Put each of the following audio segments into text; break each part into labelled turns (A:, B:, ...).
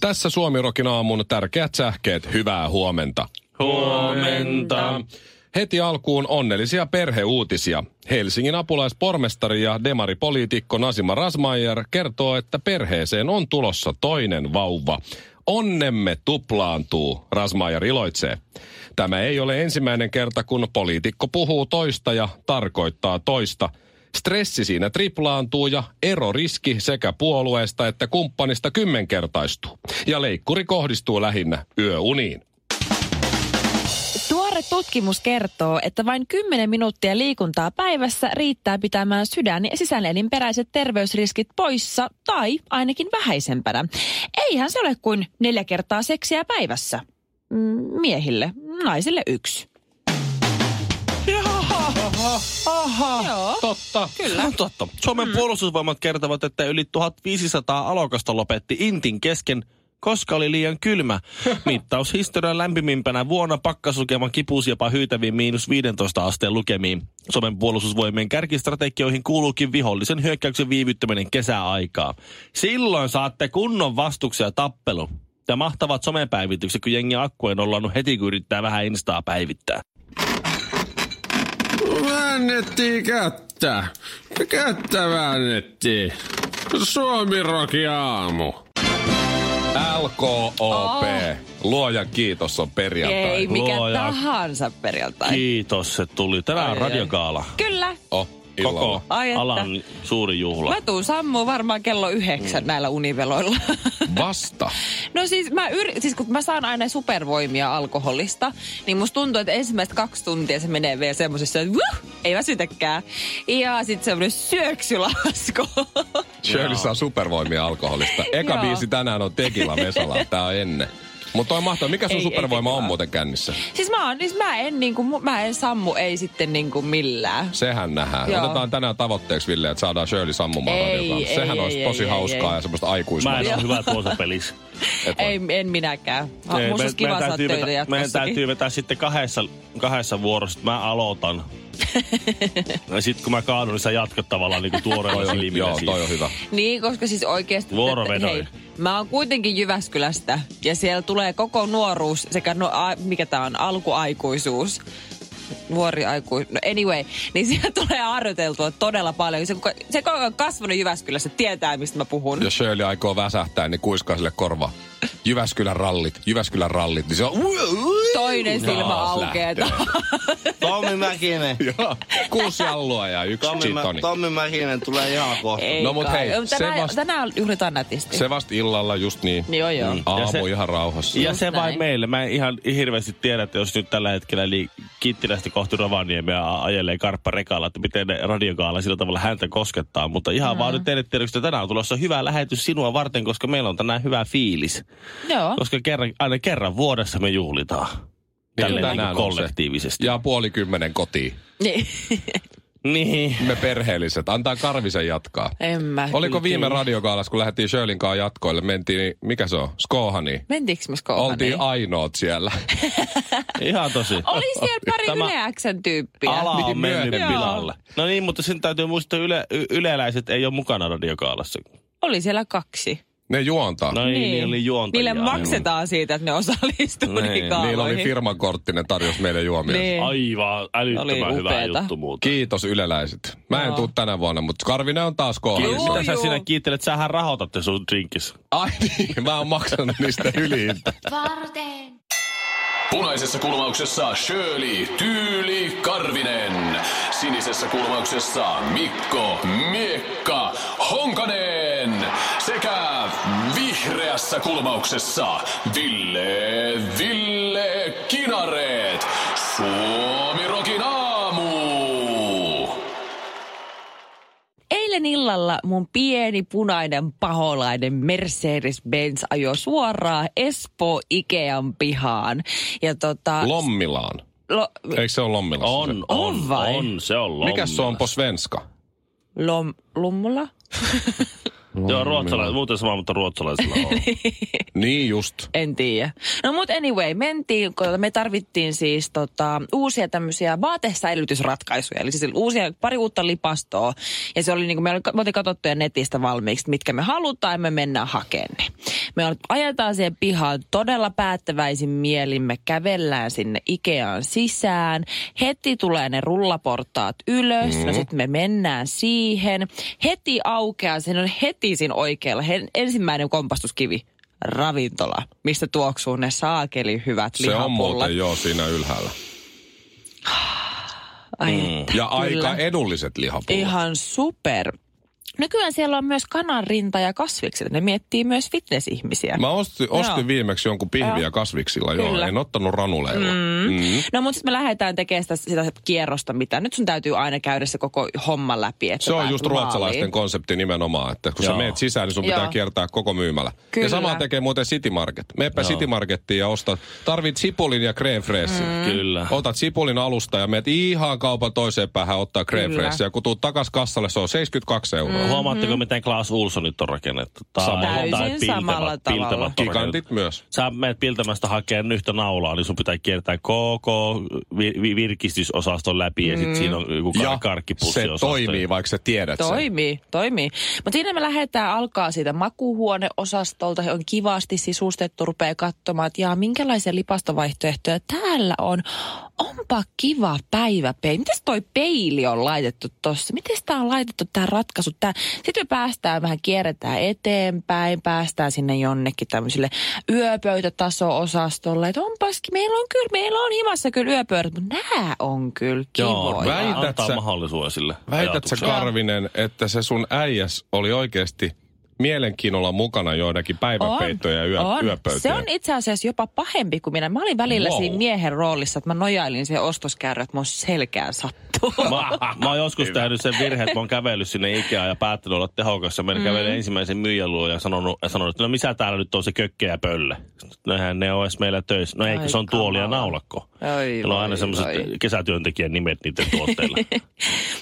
A: Tässä Suomirokin aamun tärkeät sähkeet. Hyvää huomenta.
B: Huomenta.
A: Heti alkuun onnellisia perheuutisia. Helsingin apulaispormestari ja demaripoliitikko Nasima Rasmayer kertoo, että perheeseen on tulossa toinen vauva. Onnemme tuplaantuu, Rasmayer iloitsee. Tämä ei ole ensimmäinen kerta, kun poliitikko puhuu toista ja tarkoittaa toista. Stressi siinä triplaantuu ja eroriski sekä puolueesta että kumppanista kymmenkertaistuu. Ja leikkuri kohdistuu lähinnä yöuniin.
C: Tuore tutkimus kertoo, että vain 10 minuuttia liikuntaa päivässä riittää pitämään sydän- ja sisäelinperäiset terveysriskit poissa tai ainakin vähäisempänä. Eihän se ole kuin neljä kertaa seksiä päivässä. Mm, Miehille, naisille yksi.
B: Aha,
C: Joo.
A: Totta.
B: Kyllä. On totta.
C: Mm.
B: Suomen puolustusvoimat kertovat, että yli 1500 alokasta lopetti Intin kesken, koska oli liian kylmä. Mittaushistorian lämpimimpänä vuonna pakkaslukeman kipusi jopa hyytäviin miinus 15 asteen lukemiin. Suomen puolustusvoimien kärkistrategioihin kuuluukin vihollisen hyökkäyksen viivyttäminen kesäaikaa. Silloin saatte kunnon vastuksia ja tappelu. Ja mahtavat somepäivitykset, kun jengi akku on ollut heti, kun yrittää vähän instaa päivittää.
D: Väännettiin kättä. Kättä väännettiin. Suomiroki aamu.
A: LKOP. Luojan kiitos on perjantai.
C: Oh. Ei mikä
B: Luoja.
C: tahansa perjantai.
B: Kiitos, se tuli. Tänään
C: Ai, ai, ai.
B: radiokaala.
C: Kyllä.
A: Oh, illalla.
B: koko
C: Ai että.
B: alan suuri juhla.
C: Mä tuun sammuun varmaan kello
B: Mm.
C: yhdeksän näillä univeloilla.
A: Vasta.
C: No siis, mä yr... siis kun mä saan aina supervoimia alkoholista, niin musta tuntuu, että ensimmäiset kaksi tuntia se menee vielä semmosessa, että "Wuh, ei väsytäkään. Ja sit semmonen syöksylasku.
A: Shirley saa supervoimia alkoholista. Eka
C: Joo.
A: biisi tänään on Tekila Vesala. Tää on ennen. Mutta toi mahtavaa. Mikä sun
C: Ei, ei
A: supervoima on
C: Tekilaa.
A: muuten kännissä?
C: siis mä, oon, siis mä, en, niinku, mu- mä en sammu ei sitten niinku millään.
A: Sehän nähdään.
C: Joo.
A: Otetaan tänään tavoitteeksi, Ville, että saadaan Shirley sammumaan
C: Ei,
A: radiokaalla.
C: ei,
A: Sehän
C: ei,
A: olisi
C: ei,
A: tosi
C: ei,
A: hauskaa
C: ei.
A: ja semmoista
B: Mä
A: aikuismaista.
B: en ole hyvä tuossa pelissä.
A: Et voi.
C: Ei, en minäkään. Ha,
B: Ei,
C: musta Ah,
B: me-
C: olisi kiva saada töitä
B: vetää, meidän
C: jatkossakin.
B: täytyy vetää sitten kahdessa, kahdessa vuorossa. Mä aloitan. ja sitten kun mä kaadun, niin sä jatkat tavallaan niin tuoreella
A: Toi on,
B: silmillä. siis.
A: joo,
B: siinä.
A: toi on hyvä.
C: Niin, koska siis oikeasti...
B: Vuorovedoin.
C: Hei, mä oon kuitenkin Jyväskylästä ja siellä tulee koko nuoruus sekä no, a, mikä tää on, alkuaikuisuus. Nuori aikuisuus. No anyway, niin siellä tulee harjoiteltua todella paljon. Se, kuka- se kuka on kasvanut Jyväskylässä tietää, mistä mä puhun.
A: Jos Shirley aikoo väsähtää, niin kuiskaa sille korva. Jyväskylän rallit, Jyväskylän rallit. Niin se on...
C: Toinen silmä
A: Taas
C: aukeaa.
A: lähtee.
E: Tommi Mäkinen.
A: Joo. Kuusi jallua ja yksi
E: Tommi,
A: gin
E: Mä,
A: tonic.
E: Tommi Mäkinen tulee ihan kohta.
C: Ei
A: No mut
C: kai.
A: hei, se
C: tänään,
A: vast-
C: tänään juhlitaan nätisti.
A: Se vasta illalla, just niin.
C: Niin joo joo.
A: Aamu
B: Ja se-
A: ihan rauhassa.
B: Ja
C: Just
B: se vain
C: näin.
B: meille. Mä en ihan hirveästi tiedä, että jos nyt tällä hetkellä li- Kittilästä kohti Rovaniemeä a- ajelee karpparekalla, että miten ne radiokaala sillä tavalla häntä koskettaa. Mutta ihan
C: Mm.
B: vaan nyt teille tiedoksi, että tänään on tulossa hyvä lähetys sinua varten, koska meillä on tänään hyvä fiilis.
C: Joo.
B: Koska kerran, aina kerran vuodessa me juhlitaan. Tälle niin
A: tänään
B: kuin
A: on se.
B: kollektiivisesti.
A: Ja puoli kymmenen kotiin.
C: Niin.
B: Niin.
A: Me perheelliset. Antaa Karvisen jatkaa.
C: en mä.
A: Oliko viime radiokaalassa, kun lähdettiin Shirlin kanssa jatkoille, mentiin, niin mikä se on? Skohani.
C: Mentiinkö me skohaniin?
A: Oltiin ainoat siellä.
B: Ihan tosi.
C: Oli siellä pari
B: Tämä-
C: Tämä... Yle X:n tyyppiä.
B: Ala
A: Piti
B: on mennyt
A: myöhemmin.
B: pilalle. No niin, mutta sen täytyy muistaa, yle, y- yleläiset ei ole mukana radiokaalassa.
C: Oli siellä kaksi.
A: Ne juontaa.
B: No niin, niin. oli juontajia.
C: Niille maksetaan siitä, että ne osallistuu
B: Niin.
C: niihin
A: Niillä oli
C: kaaloihin.
A: firman kortti, ne tarjosi meille juomia.
C: Niin.
B: Aivan älyttömän
C: Oli
B: hyvä
C: upeeta.
B: juttu muuten.
A: Kiitos yleläiset. Mä en tuu tänä vuonna, mutta Karvinen on taas
C: Kiitos.
A: kohdassa.
B: Mitä sä
C: juu.
B: sinä kiittelet? Sähän rahoitatte sun drinkissä.
A: Ai niin, mä oon maksanut niistä yli.
F: varten.
G: Punaisessa kulmauksessa Shirley Tyyli Karvinen. Sinisessä kulmauksessa Mikko Miekka Honkanen. Sekä vihreässä kulmauksessa Ville Ville Kinareet. Suomi Rokin aamu.
C: Eilen Eilen illalla mun pieni punainen paholainen Mercedes-Benz ajoi suoraan Espoo Ikean pihaan. Ja tota...
A: Lommilaan.
C: lo,
A: Eikö se ole Lommilassa?
B: On,
A: se?
B: on,
C: On
B: on,
C: vai?
B: on se on
A: Mikä se on
B: lommilla.
A: po svenska?
C: lom, lummula?
B: Joo, ruotsala, muuten sama, mutta ruotsalaisilla on.
A: Niin just.
C: En tiedä. No mut anyway, mentiin, kun me tarvittiin siis tota, uusia tämmöisiä vaatesäilytysratkaisuja. Eli siis uusia, pari uutta lipastoa. Ja se oli niin kuin, me, oli, me oltiin katsottu jo netistä valmiiksi, että mitkä me halutaan ja me mennään hakemaan ne. Me ol- ajetaan siihen pihaan todella päättäväisin mielin. Me kävellään sinne Ikeaan sisään. Heti tulee ne rullaportaat ylös. Mm. No sitten me mennään siihen. Heti aukeaa, sen on heti siinä oikealla. Hen, ensimmäinen kompastuskivi ravintola, mistä tuoksuu ne saakeli hyvät
A: Se on
C: lihapullat.
A: muuten joo siinä ylhäällä.
C: Ai, että,
A: Ja aika
C: kyllä.
A: edulliset lihapullat.
C: Ihan super. Nykyään siellä on myös kananrinta ja kasvikset. Ne miettii myös fitnessihmisiä.
A: Mä ostin, ostin
C: Joo.
A: viimeksi jonkun pihviä kasviksilla, joo.
C: Kyllä.
A: En ottanut ranuleilla. Mm. Mm.
C: No mutta sitten me lähdetään tekemään sitä, sitä kierrosta, mitä nyt sun täytyy aina käydä se koko homma läpi. Että
A: Se on
C: pääset
A: just
C: maaliin.
A: ruotsalaisten konsepti nimenomaan, että kun Joo.
B: Joo.
A: sä meet sisään, niin sun pitää
C: Joo.
A: kiertää koko myymälä. Ja
C: Kyllä.
A: sama tekee muuten City Market. Meepä City Markettiin ja osta, tarvit sipulin ja creme freessin.
C: Mm.
B: Kyllä.
A: Otat sipulin alusta ja meet ihan kaupan toiseen päähän ottaa creme freessin. Ja kun tuut takas kassalle, se on 72 euroa. Mm.
B: Huomaatteko, miten Klaas Ulssonit on rakennettu? Tai,
A: Samalla
B: tai
C: tavalla. Mm-hmm. Täysin samalla tavalla.
B: Piltemät on rakennettu.
A: Gigantit myös.
B: Sä menet piltämästä hakemaan yhtä naulaa, niin sun pitää kiertää koko vi- vi- virkistysosaston läpi ja
C: Mm-hmm.
B: sit siinä on joku
A: Ja
B: kar- karkkipussi
A: se toimii, vaikka sä tiedät sen.
C: Toimii, toimii. Mutta siinä me lähdetään alkaa siitä makuuhuoneosastolta. Se on kivasti sisustettu, rupeaa katsomaan, että jaa, minkälaisia lipastovaihtoehtoja täällä on. Onpa kiva päivä peili. Mites toi peili on laitettu tossa? Miten tämä on laitettu, tämä ratkaisu? Tää? Sitten me päästään vähän, kierretään eteenpäin, päästään sinne jonnekin tämmöiselle yöpöytätaso-osastolle. Että onpas, ki- meillä on kyllä, meillä on himassa kyllä yöpöydät, mutta nämä on kyllä
B: Joo,
C: kivoja.
A: väitän.
B: väität antaa
A: sä-
B: mahdollisuuden sille
A: Väität sä
B: ajatukselle.
A: Karvinen, että se sun äijäs oli oikeasti mielenkiinnolla mukana joidakin päivänpeittoja ja yö, yöpöytiä?
C: Se on itse asiassa jopa pahempi kuin minä. Mä olin välillä
A: Wow.
C: wow. siinä miehen roolissa, että mä nojailin siihen ostoskärryyn, että mun selkään sattuu.
B: Mä, mä oon joskus tehnyt sen virheen, että mä oon kävellyt sinne Ikeaan ja päättänyt olla tehokas. Ja
C: Mm.
B: menin kävelin ensimmäisen myyjän luo ja sanonut, ja sanonut, että no missä täällä nyt on se kökke ja pölle. No eihän ne ole edes meillä töissä. No eikö
C: Ai
B: se on tuoli ja
C: kamala.
B: naulakko.
C: Ai
B: Meillä on aina
C: voi,
B: semmoiset
C: voi.
B: kesätyöntekijän nimet niiden tuotteilla.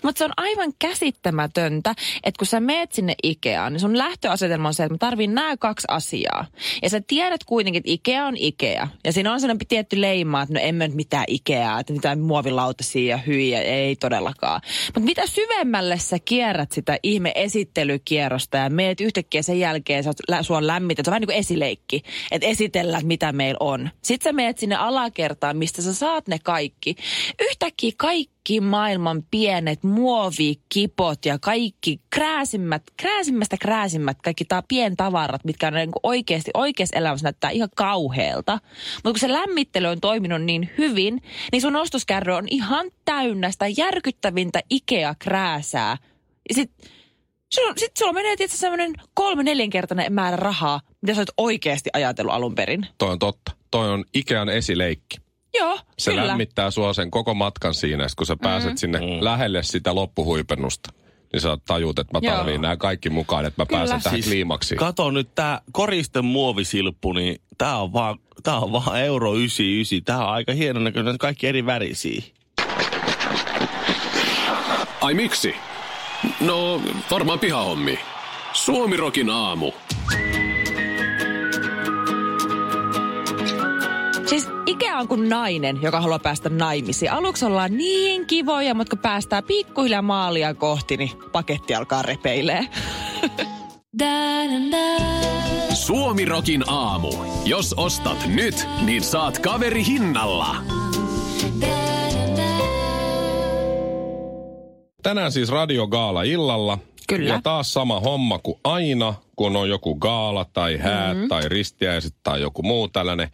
C: Mutta se on aivan käsittämätöntä, että kun sä meet sinne Ikeaan, niin sun lähtöasetelma on se, että mä tarviin nämä kaksi asiaa. Ja sä tiedät kuitenkin, että Ikea on Ikea. Ja siinä on sellainen tietty leima, että no emme nyt mitään Ikeaa, että mitään muovilautasia ja hyviä, ei todellakaan. Mutta mitä syvemmälle sä kierrät sitä ihme esittelykierrosta ja meet yhtäkkiä sen jälkeen, sä oot, lä- sua on lämmitä, se on vähän niin kuin esileikki, että esitellään, että mitä meillä on. Sitten sä meet sinne alakertaan, mistä sä saat ne kaikki. Yhtäkkiä kaikki kaikki maailman pienet muovikipot ja kaikki krääsimmät, krääsimmästä krääsimmät, kaikki tää pientavarat, mitkä on niin oikeasti, oikeassa elämässä näyttää ihan kauheelta. Mutta kun se lämmittely on toiminut niin hyvin, niin sun ostoskärry on ihan täynnä sitä järkyttävintä Ikea-krääsää. Ja sit, sulla, sit sulla menee tietysti semmoinen kolme nelinkertainen määrä rahaa, mitä sä oot oikeasti ajatellut alun perin.
A: Toi on totta. Toi on Ikean esileikki.
C: Joo,
A: Se
C: kyllä.
A: Kyllä. lämmittää sua sen koko matkan siinä, sit kun sä pääset mm. sinne mm. lähelle sitä loppuhuipennusta. Niin sä tajut, että mä
C: Joo.
A: tarviin nämä kaikki mukaan, että mä
C: Kyllä.
A: pääsen tähän
B: Siis
A: kliimaksiin.
B: Kato nyt tää koristen muovisilppu, niin tää on vaan, tää on vaan euro 99. Tää on aika hienon näköinen, kaikki eri värisiä.
G: Ai miksi? No, varmaan pihahommi. Suomirokin aamu.
C: Siis Ikea on kuin nainen, joka haluaa päästä naimisiin. Aluksi ollaan niin kivoja, mutta kun päästään pikkuhiljaa maalia kohti, niin paketti alkaa repeilee.
G: Suomirokin aamu. Jos ostat nyt, niin saat kaveri hinnalla.
A: Tänään siis Radio Gaala illalla.
C: Kyllä.
A: Ja taas sama homma kuin aina, kun on joku
B: Mhm.
A: gaala tai häät mm-hmm. tai ristiäiset tai joku muu tällainen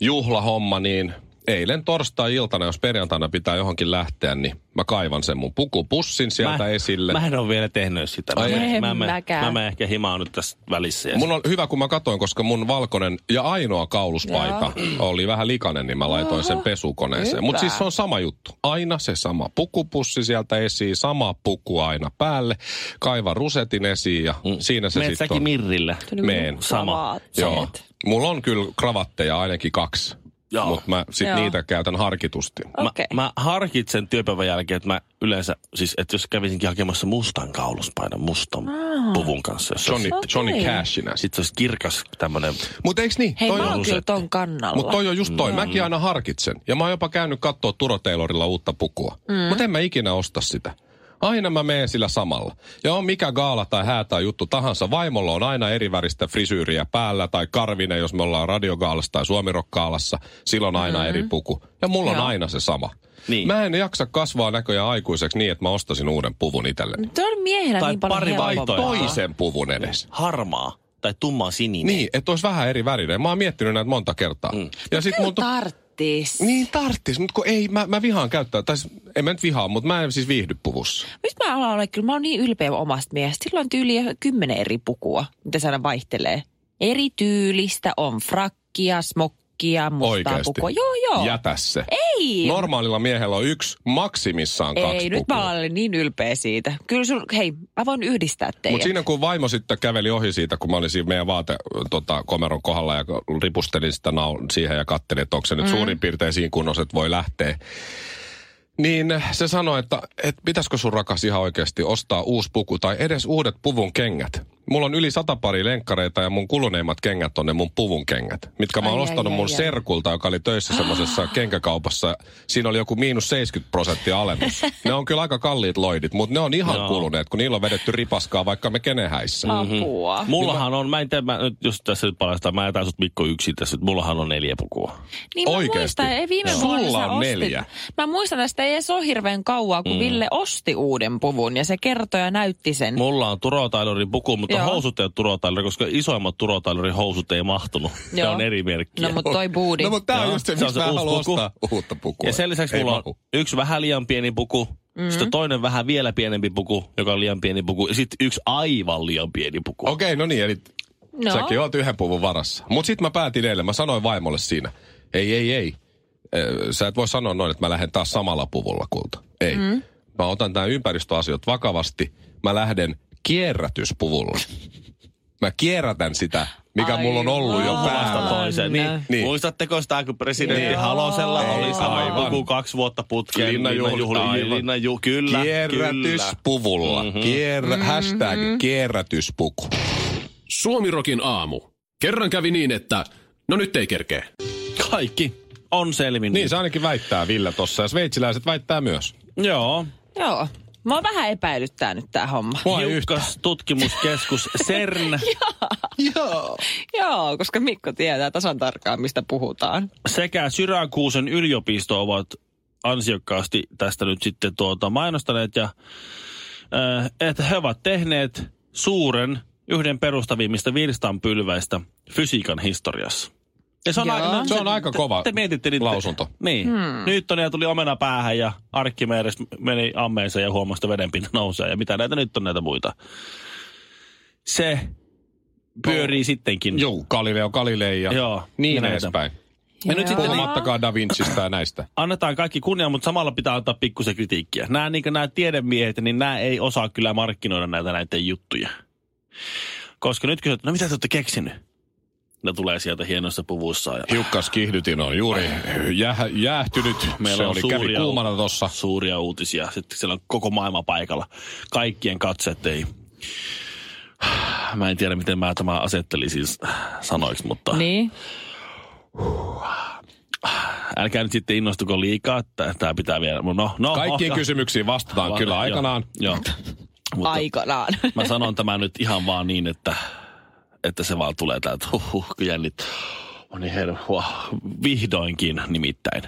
A: juhlahomma, niin eilen torstai-iltana, jos perjantaina pitää johonkin lähteä, niin mä kaivan sen mun pukupussin sieltä
B: mä,
A: esille.
B: Mä en ole vielä tehnyt sitä.
A: Ai
B: mä,
C: ei.
B: mä, mä,
C: Mäkään.
B: mä, mä ehkä himaan nyt tässä välissä. Ja
A: Mun on hyvä, kun mä katoin, koska mun valkoinen ja ainoa kauluspaita oli vähän likainen, niin mä laitoin sen pesukoneeseen. Mutta
C: hyvä.
A: siis se on sama juttu. Aina se sama pukupussi sieltä esiin, sama puku aina päälle, kaiva rusetin esiin ja mm. siinä se
B: Meet
A: sitten
B: säkin
A: on.
B: Mirrillä.
C: Tuli
A: Meen.
B: Sama.
C: vaatteet.
A: Joo. Mulla on kyllä kravatteja ainakin kaksi,
B: Joo.
A: mutta mä sit
C: Joo.
A: niitä käytän harkitusti.
C: Okei.
B: Mä, mä harkitsen työpäivän jälkeen, että mä yleensä, siis että jos kävisinkin hakemassa mustan kauluspaidan mustan puvun kanssa. Jos
A: Johnny,
C: Okei.
A: Johnny Cashina.
B: Sitten se olisi kirkas tämmönen.
A: Mutta eiks niin?
C: Hei,
A: Toi
C: mä
A: on-
C: oon kyllä ton kannalla.
A: Mutta toi on just toi. Mäkin aina harkitsen. Ja mä oon jopa käynyt kattoo Turo Taylorilla uutta pukua. Mm. Mutta en mä ikinä osta sitä. Aina mä menen sillä samalla. Ja on mikä gaala tai hää tai juttu tahansa. Vaimolla on aina eri väristä frisyyriä päällä tai karvinen, jos me ollaan radiogaalassa tai suomirokkaalassa. Silloin aina mm. eri puku. Ja mulla on
C: Joo.
A: aina se sama.
B: Niin.
A: Mä en jaksa kasvaa näköjään aikuiseksi niin, että mä ostasin uuden puvun itselleni.
C: Tuo on miehenä
B: Tai
C: niin paljon
B: pari
C: helpompaa.
B: vaihtoehtoa.
A: Toisen puvun edes.
B: Harmaa tai tumma sininen.
A: Niin, että olisi vähän eri värinen. Mä oon miettinyt näitä monta kertaa. Mm. Ja sit
C: Kyllä
A: mun tu-
C: tarttis.
A: Niin tarttis, mutta kun ei, mä, mä vihaan käyttää, tai siis- en mä nyt vihaa, mutta mä en siis viihdy puvussa.
C: Nyt mä alan olla, kyllä mä oon niin ylpeä omasta miehestä. Sillä on tyyli kymmenen eri pukua, mitä se aina vaihtelee. Eri tyylistä on frakkia, smokkia, mustaa
A: Oikeesti.
C: pukua. Joo, joo.
A: Jätä se.
C: Ei.
A: Normaalilla miehellä on yksi, maksimissaan No, kaksi
C: Niin. Ei, nyt mä olen niin ylpeä siitä. Kyllä sun, hei, mä voin yhdistää teidät.
A: Mutta siinä kun vaimo sitten käveli ohi siitä, kun mä olin siinä meidän vaate tota, komeron kohdalla ja ripustelin sitä naul- siihen ja kattelin, että onko se nyt mm. suurin piirtein siinä kunnossa, että voi lähteä. Niin se sanoi, että, että pitäisikö sun rakas ihan oikeasti ostaa uusi puku tai edes uudet puvun kengät. Mulla on yli sata pari lenkkareita ja mun kuluneimmat kengät on ne mun puvun kengät, mitkä mä oon
C: Ai,
A: ostanut
C: ai,
A: mun
C: ai, ai.
A: serkulta, joka oli töissä semmoisessa kenkäkaupassa. Siinä oli joku miinus 70 prosenttia alennus. Ne on kyllä aika kalliit loidit, mutta ne on ihan
B: Joo.
A: kuluneet, kun niillä on vedetty ripaskaa vaikka me kenehäissä.
C: Mm. Apua.
B: Ah, Mullahan on, mä en tiedä, mä, nyt jos tässä nyt paljastaa, mä jätän sut Mikko yksin tässä, nyt. mullahan on neljä pukua.
C: Niin mä
A: Oikeesti?
C: muistan, ei viime
A: Joo.
C: vuonna
A: Sulla
C: sä
A: on
C: ostit.
A: neljä.
C: Mä muistan, tästä ei edes ole hirveän kauaa, kun mm. Ville osti uuden puvun ja se kertoi ja näytti sen.
B: Mulla on Turo Tailorin puku, mutta
C: Joo.
B: Joo. housut ei ole Turo Tailor, koska isoimmat Turo Tailorin housut ei mahtunut. Ne
C: Joo.
B: on eri merkkiä.
C: No mut toi buudi.
A: No mutta tää on
B: Joo,
A: just se,
B: se on
A: mistä
B: se
A: mä
B: uusi
A: haluan
B: puku.
A: ostaa uutta pukua.
B: Ja sen lisäksi
A: Ei
B: mulla on
A: mahu.
B: yksi vähän liian pieni puku, mm-hmm. sitten toinen vähän vielä pienempi puku, joka on liian pieni puku, ja sitten yksi aivan liian pieni puku.
A: Okei, okay, no niin, eli
C: No.
A: no. säkin oot yhden puvun varassa. Mut sit mä päätin eilen, mä sanoin vaimolle siinä, ei, ei, ei. Ö, Sä et voi sanoa noin, että mä lähden taas samalla puvulla kulta. Ei. Mm. Mä otan nämä ympäristöasiat vakavasti. Mä lähden kierrätyspuvulla. Mä kierrätän sitä, mikä mulla on ollut jo
C: Aivan.
B: Päästä
A: päällä.
B: toiseen. Niin.
A: Niin.
B: Niin. Muistatteko sitä, kun presidentti
A: Niin.
B: Halosella oli sama
A: aivan.
B: puku kaksi vuotta putkeen?
A: Linnanjuhli-
B: Linnanjuhli-
A: aivan.
B: Linnanju- Kyllä,
A: Kierrätyspuvulla.
B: kyllä.
A: Mm-hmm. Kierrä, hashtag kierrätyspuku.
G: Suomirokin aamu. Kerran kävi niin, että no nyt ei kerkeä.
B: Kaikki on selvinnyt.
A: Niin se ainakin väittää Ville tossa ja sveitsiläiset väittää myös.
B: Joo.
C: Joo. Mä oon vähän epäillyt tää nyt tää homma.
A: Mua ei
B: Hiukkas tutkimuskeskus CERN
C: Joo, koska Mikko tietää tasan tarkkaan, mistä puhutaan.
B: sekä Syrakuusen yliopisto ovat ansiokkaasti tästä nyt sitten tuota mainostaneet ja äh, että he ovat tehneet suuren yhden perustavimmista virstanpylväistä fysiikan historiassa. Ja se on,
C: Joo.
B: aika,
A: Se on aika kova
B: te mietitte niitä.
A: lausunto.
B: Niin. Hmm. Nyttonia tuli omena päähän ja arkkimeeres meni ammeeseen ja huomasi, että vedenpinta nousee. Ja mitä näitä nyt on näitä muita. Se pyörii sittenkin.
A: Joo, Galileo Galilei ja
B: Joo,
A: niin
B: ja näitä.
A: edespäin.
B: Ja nyt sitten niin,
A: Puhumattakaan Da Vincistä ja näistä.
B: annetaan kaikki kunnia, mutta samalla pitää antaa pikkusen kritiikkiä. Nämä, niin nämä tiedemiehet, niin nämä ei osaa kyllä markkinoida näitä näiden juttuja. Koska nyt kysytään, no mitä te olette keksinyt? Ne tulee sieltä hienoissa puvuissa. Ja
A: Hiukkaskiihdytin on juuri jää, jäähtynyt. Meillä se
B: on
A: oli kävi
B: suuria-
A: kuumana tossa.
B: suuria uutisia. Sitten siellä on koko maailma paikalla. Kaikkien katseet ei... Mä en tiedä, miten mä tämä asettelin siis sanoiksi,
A: Ah,
B: mutta
C: Niin.
B: älkää nyt sitten innostuko liikaa. Tämä pitää vielä... No, no,
A: Kaikkiin
B: oh,
A: kysymyksiin vastataan
B: Va-
A: kyllä
B: joo,
A: aikanaan.
B: Joo. Mutta
C: Aikanaan.
B: mä sanon tämän nyt ihan vaan niin, että, että se vaan tulee täältä. Huhhuh, kun jännit. On niin herra, wow. Vihdoinkin nimittäin.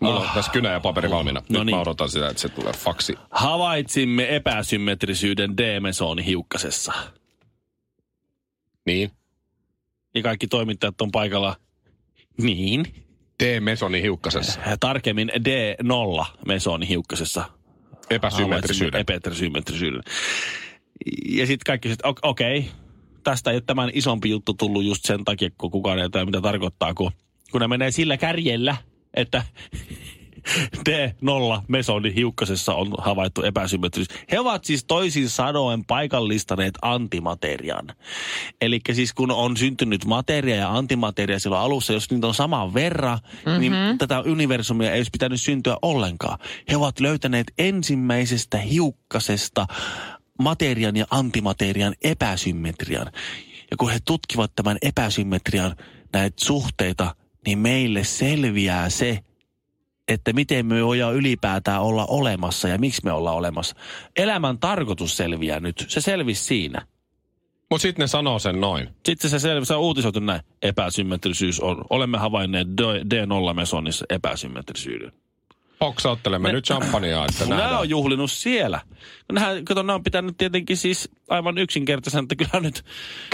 A: Mulla on tässä kynä ja paperi valmiina. Nyt
B: No niin.
A: mä odotan sitä, että se tulee faksi.
B: Havaitsimme epäsymmetrisyyden D-mesooni hiukkasessa.
A: Niin.
B: Niin Ja kaikki toimittajat on paikalla. Niin?
A: Tee mesoni hiukkasessa.
B: Tarkemmin D0 mesoni hiukkasessa.
A: Epäsymmetrisyyden.
B: Epäsymmetrisyyden. Ja sitten kaikki, sit, ok- okei, okay. tästä ei ole tämän isompi juttu tullut just sen takia, kun kukaan ei tiedä, mitä tarkoittaa, kun, kun ne menee sillä kärjellä, että D0 mesoni hiukkasessa on havaittu epäsymmetrisyys. He ovat siis toisin sanoen paikallistaneet antimaterian. Eli siis kun on syntynyt materia ja antimateria silloin alussa, jos niitä on saman verran, mm-hmm. niin tätä universumia ei olisi pitänyt syntyä ollenkaan. He ovat löytäneet ensimmäisestä hiukkasesta materian ja antimaterian epäsymmetrian. Ja kun he tutkivat tämän epäsymmetrian näitä suhteita, niin meille selviää se, että miten me voidaan ylipäätään olla olemassa ja miksi me ollaan olemassa. Elämän tarkoitus selviää nyt. Se selvisi siinä.
A: Mutta sitten ne sanoo sen noin.
B: Sitten se, sel- se on uutisoitu näin. Epäsymmetrisyys on. Olemme havainneet D0-mesonissa epäsymmetrisyyden.
A: Poksauttelemme
B: Me-
A: nyt champagnea, että
B: Kun Nämä
A: nähdään.
B: on juhlinut siellä. Nehän, kato, nämä on pitänyt tietenkin siis aivan yksinkertaisen, että kyllä nyt...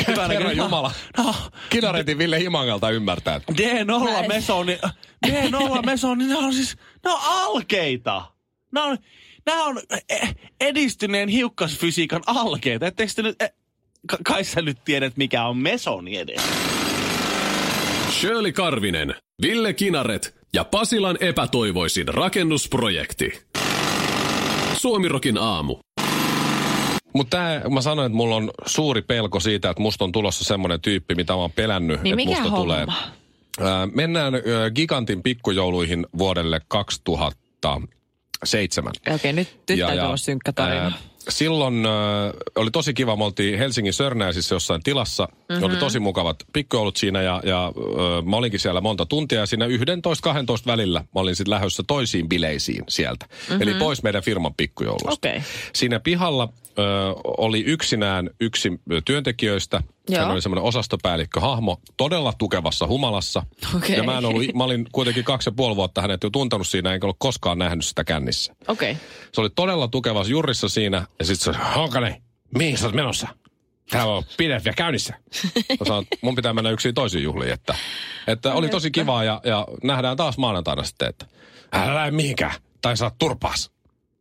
B: hyvänä-
A: Herran Jumala.
B: No,
A: Kinaretin Ville Himangalta ymmärtää. että
B: D0 mesoni, D0 mesoni, ne on siis, ne on alkeita. Ne on, nämä on e- edistyneen hiukkasfysiikan alkeita. Etteikö te nyt, e- ka- kai sä nyt tiedät mikä on mesoni edes?
G: Shirley Karvinen, Ville Kinaret ja Pasilan epätoivoisin rakennusprojekti. Suomirokin aamu.
A: Mutta mä sanoin, että mulla on suuri pelko siitä, että musta on tulossa semmoinen tyyppi, mitä mä oon pelännyt,
C: Niin
A: että
C: mikä
A: musta
C: homma?
A: tulee. Ää, mennään ö, Gigantin pikkujouluihin vuodelle 2007.
C: Okei, okay, nyt, nyt täytyy olla synkkä tarina.
A: ää, silloin äh, oli tosi kiva, me oltiin Helsingin Sörnäisissä jossain tilassa. Mm-hmm.
C: Mhm.
A: Oli tosi mukavat pikkujoulut siinä ja, ja äh, mä olinkin siellä monta tuntia. Ja siinä 11-12 välillä mä olin sitten lähdössä toisiin bileisiin sieltä. Mm-hmm. Eli pois meidän firman pikkujouluista.
C: Mhm. Okei.
A: Siinä pihalla ö, oli yksinään yksi ö, työntekijöistä. Joo. Hän
C: Joo.
A: oli semmoinen osastopäällikköhahmo, todella tukevassa humalassa.
C: Okei.
A: Ja mä, en ollut, mä olin kuitenkin kaksi ja puoli vuotta hänet jo tuntenut siinä, enkä ollut koskaan nähnyt sitä kännissä.
C: Okei.
A: Se oli todella tukevassa jurissa siinä. Ja sitten se Honkane, mihin sä oot menossa? Täällä on pidät vielä käynnissä. Mä sanoin, että mun pitää mennä yksiin toisiin juhliin. Että, että oli tosi kivaa ja, ja nähdään taas maanantaina sitten, että älä lähde mihinkään. Tai saat turpaas.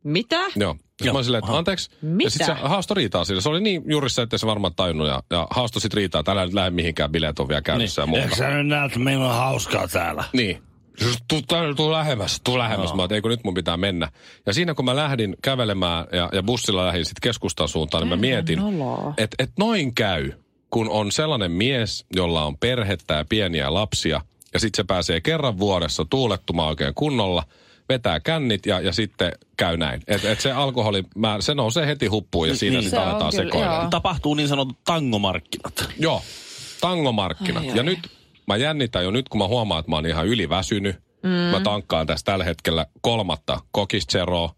C: Mitä?
A: Joo. Sitten mä olin silleen, että anteeksi. Ja
C: Mitä?
A: sit se haasto riitaa siinä. Se oli niin jurissa, että se varmaan tajunnut. Ja, ja haasto sit riitaa, että älä nyt lähde mihinkään, bileet on vielä käynnissä niin. ja muuta.
B: sä nyt näet, että meillä on hauskaa täällä?
A: Niin. Siis Tuu, tuu, tuu lähemmäs, tuu lähemmäs. No. Mä oon, että ei kun nyt mun pitää mennä. Ja siinä kun mä lähdin kävelemään ja, ja bussilla lähdin sitten keskustan suuntaan, niin mä mietin,
C: noloa.
A: että et noin käy, kun on sellainen mies, jolla on perhettä ja pieniä lapsia, ja sitten se pääsee kerran vuodessa tuulettumaan oikein kunnolla, vetää kännit ja, ja sitten käy näin. Et, et se alkoholi, mä, se nousee heti huppuun ja siinä
B: Niin.
A: niin. sitten
C: Se on
A: aletaan
C: kyllä,
A: sekoilla.
C: joo.
B: Tapahtuu niin sanotut tangomarkkinat.
A: Joo, tangomarkkinat.
C: Ai,
A: Ai,
C: ai.
A: ai. Ja nyt mä jännitän jo nyt, kun mä huomaan, että mä oon ihan yliväsynyt. Mm. Mä tankkaan tässä tällä hetkellä kolmatta kokisceroa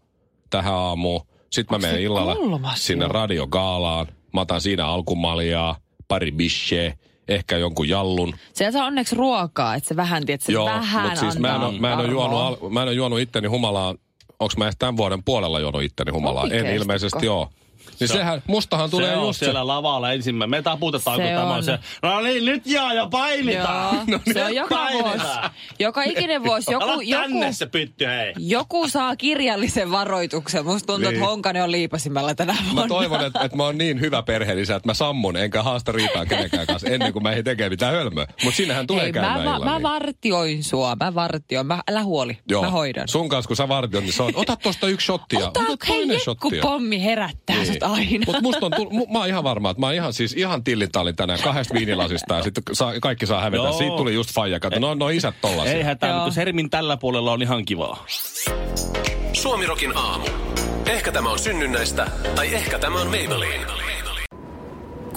A: tähän aamuun. Sitten mä menen illalla
C: kolmas
A: sinne
C: jo?
A: radiogaalaan. Mä otan siinä alkumaljaa, pari bisheä, ehkä jonkun jallun.
C: Siellä saa onneksi ruokaa, että se vähän, tiedät, se vähän
A: mutta siis mä en,
C: antaa
A: oo- mä, en oo
C: arvoa.
A: juonut, al- mä en ole juonut itteni humalaan. Onko mä edes tämän vuoden puolella juonut itteni humalaan? En
C: Oikeestikö?
A: ilmeisesti oo. Niin sehän, mustahan tulee
B: se on
A: just se.
B: siellä lavalla ensimmäinen. Me taputetaan,
C: Se
B: kun tämä on
C: on.
B: se. No niin, nyt jaa ja painitaan. No
C: Joo, se on joka vuosi. Joka ikinen vuosi.
B: Joku, niin, Ala
C: Joku, joku,
B: tänne se pytty, hei.
C: joku saa kirjallisen varoituksen. Musta tuntuu, että
A: Niin.
C: Honkanen on liipasimella tänä vuonna.
A: Mä toivon, että, että mä oon niin hyvä perheellisä, että mä sammun enkä haasta riitaa kenenkään kanssa ennen kuin mä ehdin tekemään mitään hölmöä. Mutta sinnehän tulee
C: Hei, mä,
A: käymään
C: mä,
A: illalla
C: mä
A: niin.
C: vartioin sua, mä vartioin. Mä, älä huoli, Joo. mä hoidan.
A: Sun kanssa kun sä vartioit, niin se on, ota tosta yksi shotti ja ota,
C: hei,
A: toinen shotti. ja-
C: pommi herättää niin. sut aina.
A: Mut musta on tullut, mu, mä oon ihan varma, että mä oon ihan siis ihan tillitallin tänään kahdesta viinilasista ja sitten saa, kaikki saa hävetä.
B: Joo.
A: Siitä tuli just faija, kato, no, no isät tollasia.
B: Ei hätää,
C: Joo.
B: mutta kun Sermin tällä puolella on ihan kivaa.
G: Suomirokin aamu. Ehkä tämä on synnynnäistä, tai ehkä tämä on Maybelline.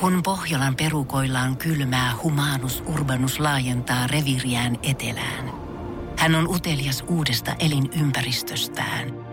H: Kun Pohjolan perukoilla on kylmää, humanus urbanus laajentaa reviriään etelään. Hän on utelias uudesta elinympäristöstään.